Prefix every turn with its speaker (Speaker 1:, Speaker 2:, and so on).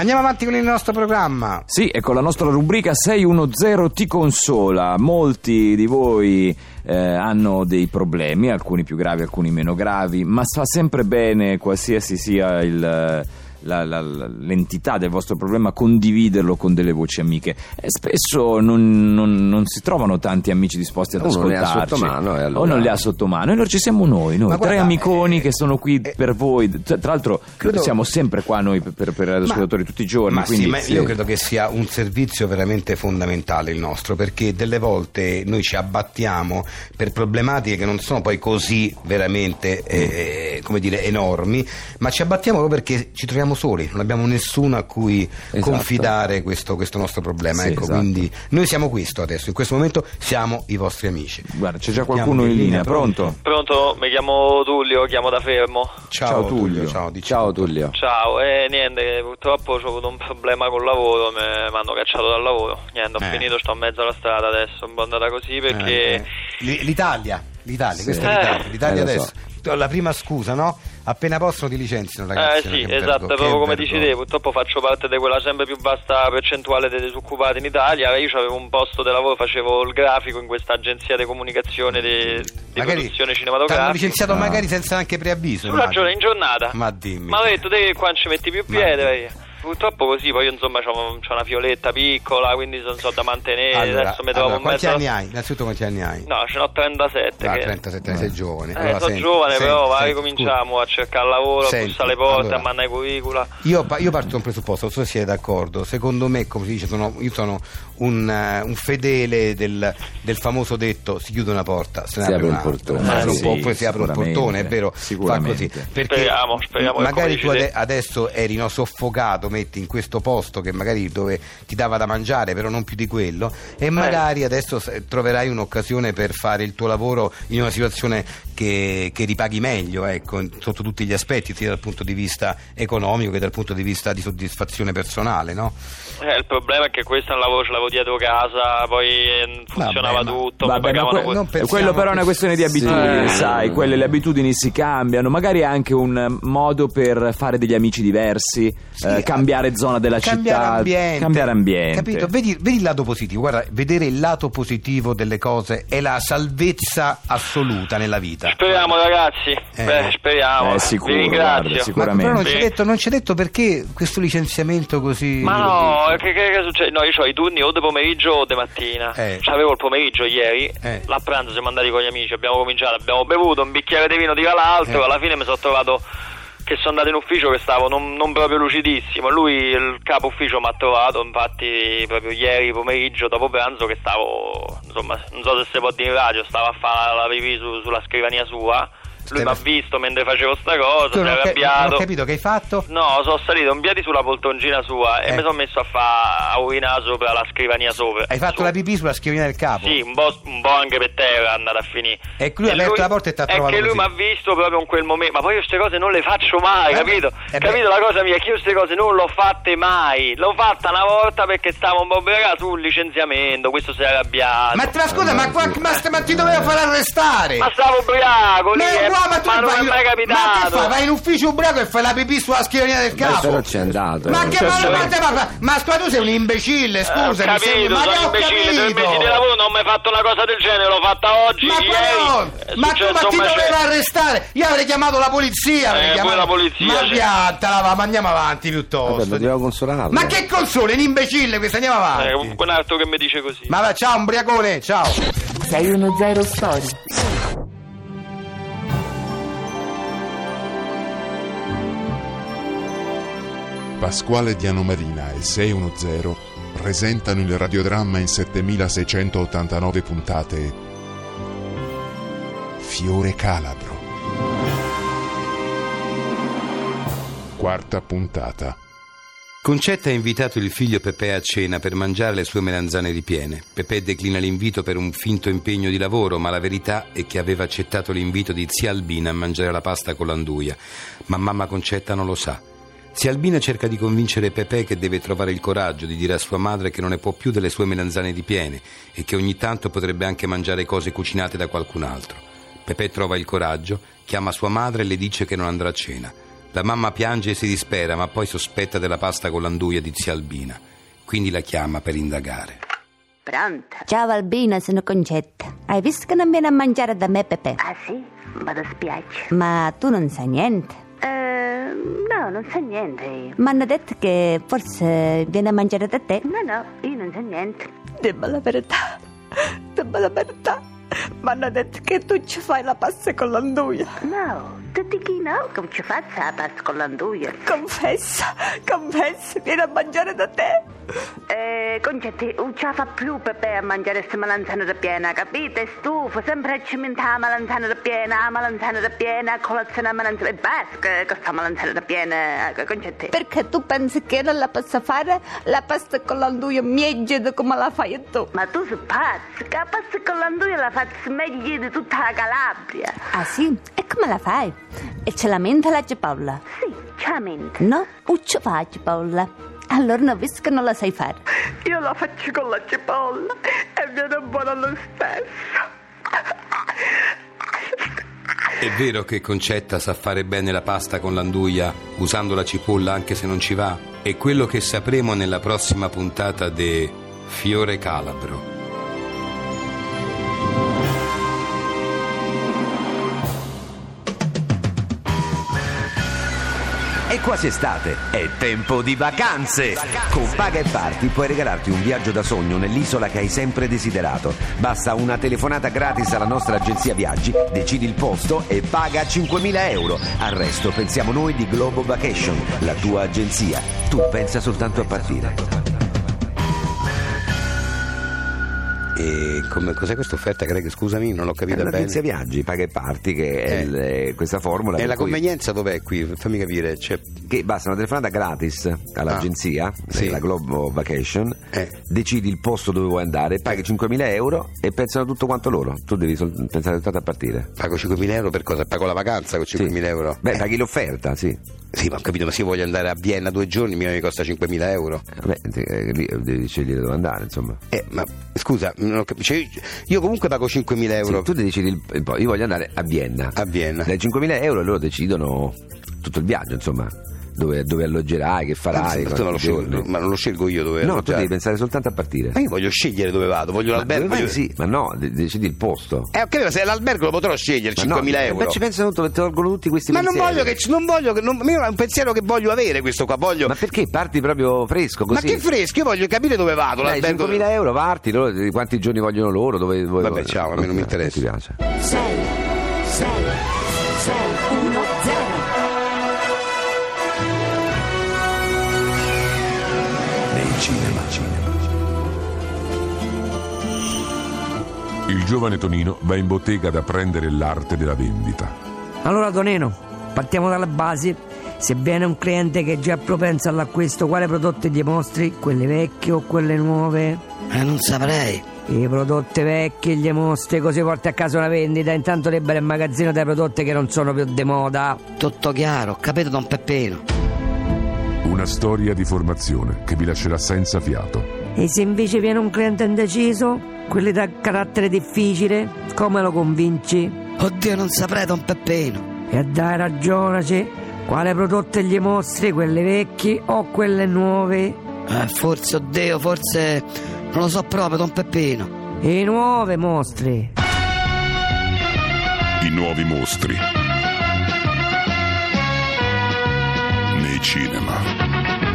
Speaker 1: Andiamo avanti con il nostro programma.
Speaker 2: Sì, ecco la nostra rubrica 610 ti consola. Molti di voi eh, hanno dei problemi, alcuni più gravi, alcuni meno gravi, ma fa sempre bene, qualsiasi sia il, la- la- la- l'entità del vostro problema, condividerlo con delle voci amiche. Eh, spesso non, non- non si trovano tanti amici disposti ad
Speaker 3: Uno non li ha
Speaker 2: ascoltarci.
Speaker 3: sotto mano, e allora-
Speaker 2: O non li ha sotto mano. E noi ci siamo noi, noi
Speaker 1: eh, Ma
Speaker 2: tre
Speaker 1: guarda,
Speaker 2: amiconi
Speaker 1: eh,
Speaker 2: che sono qui
Speaker 1: eh,
Speaker 2: per voi. Tra, tra l'altro
Speaker 1: credo-
Speaker 2: siamo sempre qua noi per, per, per gli ascoltatori tutti i giorni.
Speaker 1: Ma
Speaker 2: quindi,
Speaker 1: sì, ma
Speaker 2: sì.
Speaker 1: io credo che sia un servizio veramente fondamentale il nostro, perché delle volte noi ci abbattiamo per problematiche che non sono poi così veramente
Speaker 2: Mm.
Speaker 1: eh, come dire, enormi, ma ci abbattiamo proprio perché ci troviamo soli, non abbiamo nessuno a cui
Speaker 3: Esatto.
Speaker 1: confidare questo, questo nostro problema.
Speaker 2: Sì,
Speaker 1: ecco,
Speaker 2: esatto.
Speaker 1: quindi noi siamo questo adesso, in questo momento siamo i vostri amici.
Speaker 2: Guarda, c'è già qualcuno in linea, pronto?
Speaker 4: Pronto, mi chiamo Tullio, chiamo da fermo.
Speaker 1: Ciao,
Speaker 2: Ciao,
Speaker 1: Tullio,
Speaker 2: Tullio.
Speaker 1: ciao, diciamo. dici
Speaker 3: Ciao
Speaker 1: tutto.
Speaker 3: Tullio.
Speaker 4: Ciao, eh, niente, purtroppo ho avuto un problema col lavoro, mi hanno cacciato dal lavoro. Niente, ho
Speaker 1: Eh.
Speaker 4: finito, sto in mezzo alla strada adesso, un po' andata così perché...
Speaker 1: Eh, eh. L- L'Italia, l'Italia,
Speaker 2: Sì.
Speaker 1: questa è l'Italia,
Speaker 4: Eh.
Speaker 1: l'Italia
Speaker 3: Eh, lo
Speaker 1: adesso. La prima scusa, no? Appena possono ti licenziano, ragazzi.
Speaker 4: Eh
Speaker 1: no?
Speaker 4: sì,
Speaker 1: Che
Speaker 4: esatto,
Speaker 1: vergo-
Speaker 4: proprio
Speaker 1: che
Speaker 4: come
Speaker 1: vergogna.
Speaker 4: dici te, purtroppo faccio parte di quella sempre più vasta percentuale dei disoccupati in Italia, io avevo un posto di lavoro, facevo il grafico in questa agenzia di comunicazione di, di
Speaker 1: Magari
Speaker 4: produzione
Speaker 1: T'hanno
Speaker 4: cinematografica.
Speaker 1: licenziato
Speaker 2: Ah.
Speaker 1: magari senza neanche preavviso.
Speaker 4: Tu
Speaker 1: immagino.
Speaker 4: ragione in giornata.
Speaker 1: Ma dimmi.
Speaker 4: Ma ho detto te che qua non ci metti più
Speaker 1: Ma-
Speaker 4: piede. vai. Purtroppo così, poi io insomma c'ho, c'ho una fioletta piccola, quindi non so da mantenere.
Speaker 1: Allora,
Speaker 4: Adesso mi trovo
Speaker 1: allora,
Speaker 4: in
Speaker 1: quanti
Speaker 4: mezzo.
Speaker 1: anni hai? Innanzitutto quanti anni hai?
Speaker 4: No, ce n'ho 37.
Speaker 1: Ah,
Speaker 4: che-
Speaker 1: 37 sei giovane.
Speaker 4: Eh,
Speaker 1: Allora,
Speaker 4: sono
Speaker 1: senti,
Speaker 4: giovane,
Speaker 1: senti,
Speaker 4: però vai,
Speaker 1: senti,
Speaker 4: cominciamo a cercare lavoro, a
Speaker 1: Senti,
Speaker 4: bussare le porte,
Speaker 1: allora.
Speaker 4: a mandare curricula.
Speaker 1: Io, pa- io parto da un presupposto, non so se siete d'accordo. Secondo me, come si dice, sono- io sono un, eh, un fedele del, del famoso detto: si chiude una porta, se ne
Speaker 3: Si
Speaker 1: apre,
Speaker 3: apre il
Speaker 1: un'altra.
Speaker 3: portone.
Speaker 1: Ma
Speaker 2: Eh,
Speaker 1: non
Speaker 2: sì,
Speaker 1: può- poi si apre il
Speaker 2: sicuramente,
Speaker 1: portone, è vero? Fa
Speaker 2: sicuramente.
Speaker 1: così. Perché
Speaker 4: Speriamo, speriamo che
Speaker 1: magari tu
Speaker 4: come dici
Speaker 1: ade- adesso eri no, soffocato, metti in questo posto che magari dove ti dava da mangiare, però non più di quello,
Speaker 2: Eh.
Speaker 1: e magari adesso se- troverai un'occasione per fare il tuo lavoro in una situazione che, che ripaghi meglio, ecco, in- sotto tutti gli aspetti, sia dal punto di vista economico che dal punto di vista di soddisfazione personale, no?
Speaker 4: Eh, il problema è che questo è un lavoro, ce l'avevo dietro casa, poi eh, funzionava
Speaker 1: ma-
Speaker 4: tutto. mi
Speaker 2: Vabbè, ma
Speaker 4: pagavano
Speaker 2: que-
Speaker 4: que-
Speaker 1: non pensiamo
Speaker 2: quello però è
Speaker 1: che-
Speaker 2: una questione di
Speaker 3: Sì.
Speaker 2: abitudini,
Speaker 4: Eh.
Speaker 2: sai, quelle le abitudini si cambiano, magari è anche un eh, modo per fare degli amici diversi, eh, cambiare zona della
Speaker 1: cambiare
Speaker 2: città,
Speaker 1: ambiente,
Speaker 2: cambiare ambiente.
Speaker 1: Capito? Vedi, vedi il lato positivo. Guarda, vedere il lato positivo delle cose è la salvezza assoluta nella vita.
Speaker 4: Speriamo, ragazzi.
Speaker 1: Eh.
Speaker 4: Beh, speriamo.
Speaker 2: Eh, sicuro,
Speaker 4: Vi ringrazio.
Speaker 2: guarda, sicuro.
Speaker 1: Ma però non
Speaker 2: sicuramente.
Speaker 1: ci hai detto, non ci hai detto perché questo licenziamento così.
Speaker 4: Ma no, che, che- che succede? No, io ho i turni o di pomeriggio o di mattina.
Speaker 1: Eh.
Speaker 4: C'avevo il pomeriggio ieri,
Speaker 1: Eh.
Speaker 4: là a pranzo siamo andati con gli amici, abbiamo cominciato, abbiamo bevuto un bicchiere di vino di l'altro,
Speaker 1: Eh.
Speaker 4: alla fine mi sono trovato che sono andato in ufficio che stavo non, non proprio lucidissimo, lui il capo ufficio mi ha trovato infatti proprio ieri pomeriggio dopo pranzo che stavo, insomma non so se si può dire in radio, stavo a fare la pipì su- sulla scrivania sua, lui
Speaker 1: Stai-
Speaker 4: mi ha visto mentre facevo sta cosa,
Speaker 1: Tu
Speaker 4: si è
Speaker 1: non, ho cap- non
Speaker 4: arrabbiato.
Speaker 1: ho capito che hai fatto?
Speaker 4: No, sono salito un piedi sulla poltroncina sua e
Speaker 1: Eh.
Speaker 4: mi sono messo a fare a urinare sopra la scrivania sopra.
Speaker 1: Hai fatto la
Speaker 4: Sopra.
Speaker 1: pipì sulla schiavina del capo?
Speaker 4: Sì, un po', un po' anche per terra è andata a finire.
Speaker 1: E lui ha aperto la porta e t'ha
Speaker 4: è
Speaker 1: trovato
Speaker 4: che lui
Speaker 1: così.
Speaker 4: mi ha visto proprio in quel momento. Ma poi io queste cose non le faccio mai,
Speaker 1: Eh,
Speaker 4: capito?
Speaker 1: eh, beh.
Speaker 4: capito la cosa mia? Che io queste cose non l'ho fatte mai. L'ho fatta una volta perché stavo un po' ubriacato sul licenziamento, questo si è arrabbiato.
Speaker 1: Ma, ma scusa, ma, qua- ma, ma ti doveva far arrestare!
Speaker 4: Ma stavo ubriaco lì, eh,
Speaker 1: no, ma tu
Speaker 4: non
Speaker 1: vai,
Speaker 4: è mai
Speaker 1: Ma che
Speaker 4: capitato.
Speaker 1: fai? Vai in ufficio ubriaco e fai la pipì sulla schiavina del
Speaker 3: Ma
Speaker 1: capo?
Speaker 3: però c'è andato.
Speaker 1: Ma
Speaker 3: eh.
Speaker 1: che ma, ma, ma, ma, ma scusa, tu sei un imbecille,
Speaker 4: Eh, ho
Speaker 1: scusa,
Speaker 4: capito,
Speaker 1: ma che
Speaker 4: sono
Speaker 1: ho
Speaker 4: imbecille, due mesi di
Speaker 1: capito?
Speaker 4: lavoro non ho mai fatto una cosa del genere, l'ho fatta oggi,
Speaker 1: Ma
Speaker 4: ieri.
Speaker 1: però,
Speaker 4: è
Speaker 1: ma tu
Speaker 4: eh, successo
Speaker 1: ma
Speaker 4: un
Speaker 1: ti
Speaker 4: macello.
Speaker 1: doveva arrestare? Io avrei chiamato la polizia, avrei
Speaker 4: Eh,
Speaker 1: chiamato
Speaker 4: poi la polizia,
Speaker 1: Ma
Speaker 4: cioè.
Speaker 1: piantala, va, ma andiamo avanti
Speaker 3: Vabbè,
Speaker 1: piuttosto.
Speaker 3: dobbiamo consolarlo.
Speaker 1: ma che console, un imbecille questo, andiamo
Speaker 4: Eh,
Speaker 1: avanti.
Speaker 4: un- un altro che mi dice così.
Speaker 1: Ma va, ciao, ubriacone, ciao.
Speaker 5: 610 Storie.
Speaker 6: Pasquale Dianomarina e 610 presentano il radiodramma in 7689 puntate Fiore Calabro. Quarta puntata.
Speaker 1: Concetta ha invitato il figlio Peppe a cena per mangiare le sue melanzane ripiene. Peppe declina l'invito per un finto impegno di lavoro, ma la verità è che aveva accettato l'invito di zia Albina a mangiare la pasta con l'anduia, ma mamma Concetta non lo sa. Zia Albina cerca di convincere Peppe che deve trovare il coraggio di dire a sua madre che non ne può più delle sue melanzane ripiene e che ogni tanto potrebbe anche mangiare cose cucinate da qualcun altro. Peppe trova il coraggio, chiama sua madre e le dice che non andrà a cena. La mamma piange e si dispera, ma poi sospetta della pasta con l'anduia di zia Albina. Quindi la chiama per indagare.
Speaker 3: Pronta?
Speaker 7: Ciao Albina, sono Concetta. Hai visto che non viene a mangiare da me, Pepe?
Speaker 3: Ah sì? Vado a spiaggia.
Speaker 7: Ma tu non sai niente.
Speaker 3: Eh, no, non so niente.
Speaker 7: Mi hanno detto che forse viene a mangiare da te.
Speaker 3: No, no, io non so niente.
Speaker 8: Dimmi la verità, dimmi la verità. Mi hanno detto che tu ci fai la pasta con l'anduia.
Speaker 3: No, tu dici no, come ci faccio la pasta con l'anduia?
Speaker 8: Confessa, confessa, vieni a mangiare da te.
Speaker 3: Eh, concetti, non ce la fa più Pepe a mangiare questa melanzana ripiena, capite? È Stufo, sempre a cimentare la melanzana ripiena, la melanzana ripiena, colazione a melanzana... E basta, che- che sta melanzana ripiena, eh, concetti.
Speaker 8: Perché tu pensi che non la possa fare la pasta con l'anduia miegida come la fai tu?
Speaker 3: Ma tu sei pazzo, che la pasta con l'anduia la faccio meglio di tutta la Calabria.
Speaker 7: Ah sì? E come la fai? E ce la mente la Paola?
Speaker 3: Sì, ciamente.
Speaker 7: No, uccio faccio Paola. Allora non ho visto che non la sai fare.
Speaker 8: Io la faccio con la cipolla e viene buona lo stesso.
Speaker 1: È vero che Concetta sa fare bene la pasta con l'anduia, usando la cipolla anche se non ci va? È quello che sapremo nella prossima puntata di Fiore Calabro.
Speaker 9: È quasi estate, è tempo di vacanze! Con Paga e Parti puoi regalarti un viaggio da sogno nell'isola che hai sempre desiderato. Basta una telefonata gratis alla nostra agenzia viaggi, decidi il posto e paga 5.000 euro. Al resto pensiamo noi di Globo Vacation, la tua agenzia. Tu pensa soltanto a partire.
Speaker 1: E come- cos'è questa offerta, Greg? Scusami, non l'ho capita
Speaker 9: L'agenzia
Speaker 1: bene.
Speaker 9: viaggi, Paga e Parti, che è
Speaker 1: Eh.
Speaker 9: il- questa formula.
Speaker 1: E
Speaker 9: per
Speaker 1: la
Speaker 9: cui-
Speaker 1: convenienza dov'è qui? Fammi capire. Cioè,
Speaker 9: che basta una telefonata gratis all'agenzia,
Speaker 1: Ah, sì.
Speaker 9: eh, la Globo Vacation,
Speaker 1: Eh.
Speaker 9: decidi il posto dove vuoi andare, paghi 5.000 euro e pensano tutto quanto loro. Tu devi sol- pensare soltanto a partire.
Speaker 1: pago 5.000 euro per cosa? Pago la vacanza con 5.000 euro?
Speaker 9: Beh,
Speaker 1: Eh,
Speaker 9: paghi l'offerta, sì.
Speaker 1: sì, ma ho capito, ma se io voglio andare a Vienna due giorni, mio mi costa 5.000 euro.
Speaker 9: Vabbè, te- eh, lì devi scegliere dove andare, insomma.
Speaker 1: Eh, ma scusa, non ho cap- cioè, io- io comunque pago 5.000 euro Ah,
Speaker 9: Sì, tu decidi il, il po- io voglio andare a Vienna.
Speaker 1: a Vienna.
Speaker 9: Dai 5.000 euro e loro decidono tutto il viaggio, insomma. Dove, dove alloggerai, che farai,
Speaker 1: Anzi, ma tu non lo
Speaker 9: quanti
Speaker 1: scelgo,
Speaker 9: giorni.
Speaker 1: ma non lo scelgo io dove
Speaker 9: No, tu
Speaker 1: alloggiare.
Speaker 9: devi pensare soltanto a partire.
Speaker 1: Ma io voglio scegliere dove vado, voglio
Speaker 9: Ma
Speaker 1: l'albergo.
Speaker 9: dove vai?
Speaker 1: voglio-
Speaker 9: sì, ma no, de- decidi il posto.
Speaker 1: Eh, ok, ma se è l'albergo lo potrò scegliere,
Speaker 9: Ma no,
Speaker 1: 5.000 euro.
Speaker 9: Beh, ci pensano tutto, tolgono tutti questi
Speaker 1: Ma non
Speaker 9: pensieri.
Speaker 1: voglio che. Non voglio che non, io è un pensiero che voglio avere questo qua. Voglio.
Speaker 9: Ma perché parti proprio fresco
Speaker 1: Ma
Speaker 9: così?
Speaker 1: che fresco, io voglio capire dove vado.
Speaker 9: Dai,
Speaker 1: l'albergo-
Speaker 9: 5.000 euro, parti, loro, di quanti giorni vogliono loro, dove, dove
Speaker 1: Vabbè, ciao, a me non mi interessa.
Speaker 9: Ti piace.
Speaker 5: 6 6 6 1 0
Speaker 10: Il giovane Tonino va in bottega ad apprendere l'arte della vendita.
Speaker 11: Allora Tonino, partiamo dalle basi. Sebbene un cliente che è già propenso all'acquisto, quale prodotto gli mostri? Quelle vecchie o quelle nuove?
Speaker 12: Eh, non saprei.
Speaker 11: I prodotti vecchi gli mostri, così porti a casa una vendita. Intanto libera il magazzino dai prodotti che non sono più di moda.
Speaker 12: Tutto chiaro, ho capito Don Peppino.
Speaker 10: Una storia di formazione che vi lascerà senza fiato.
Speaker 11: E se invece viene un cliente indeciso? Quelli da carattere difficile? Come lo convinci?
Speaker 12: Oddio, non saprei Don Peppino.
Speaker 11: E dai, ragionaci. Quale prodotto gli mostri? Quelle vecchie o quelle nuove?
Speaker 12: Eh, forse, oddio, forse... Non lo so proprio Don Peppino.
Speaker 11: I nuove mostri.
Speaker 10: I nuovi mostri. Nei cinema.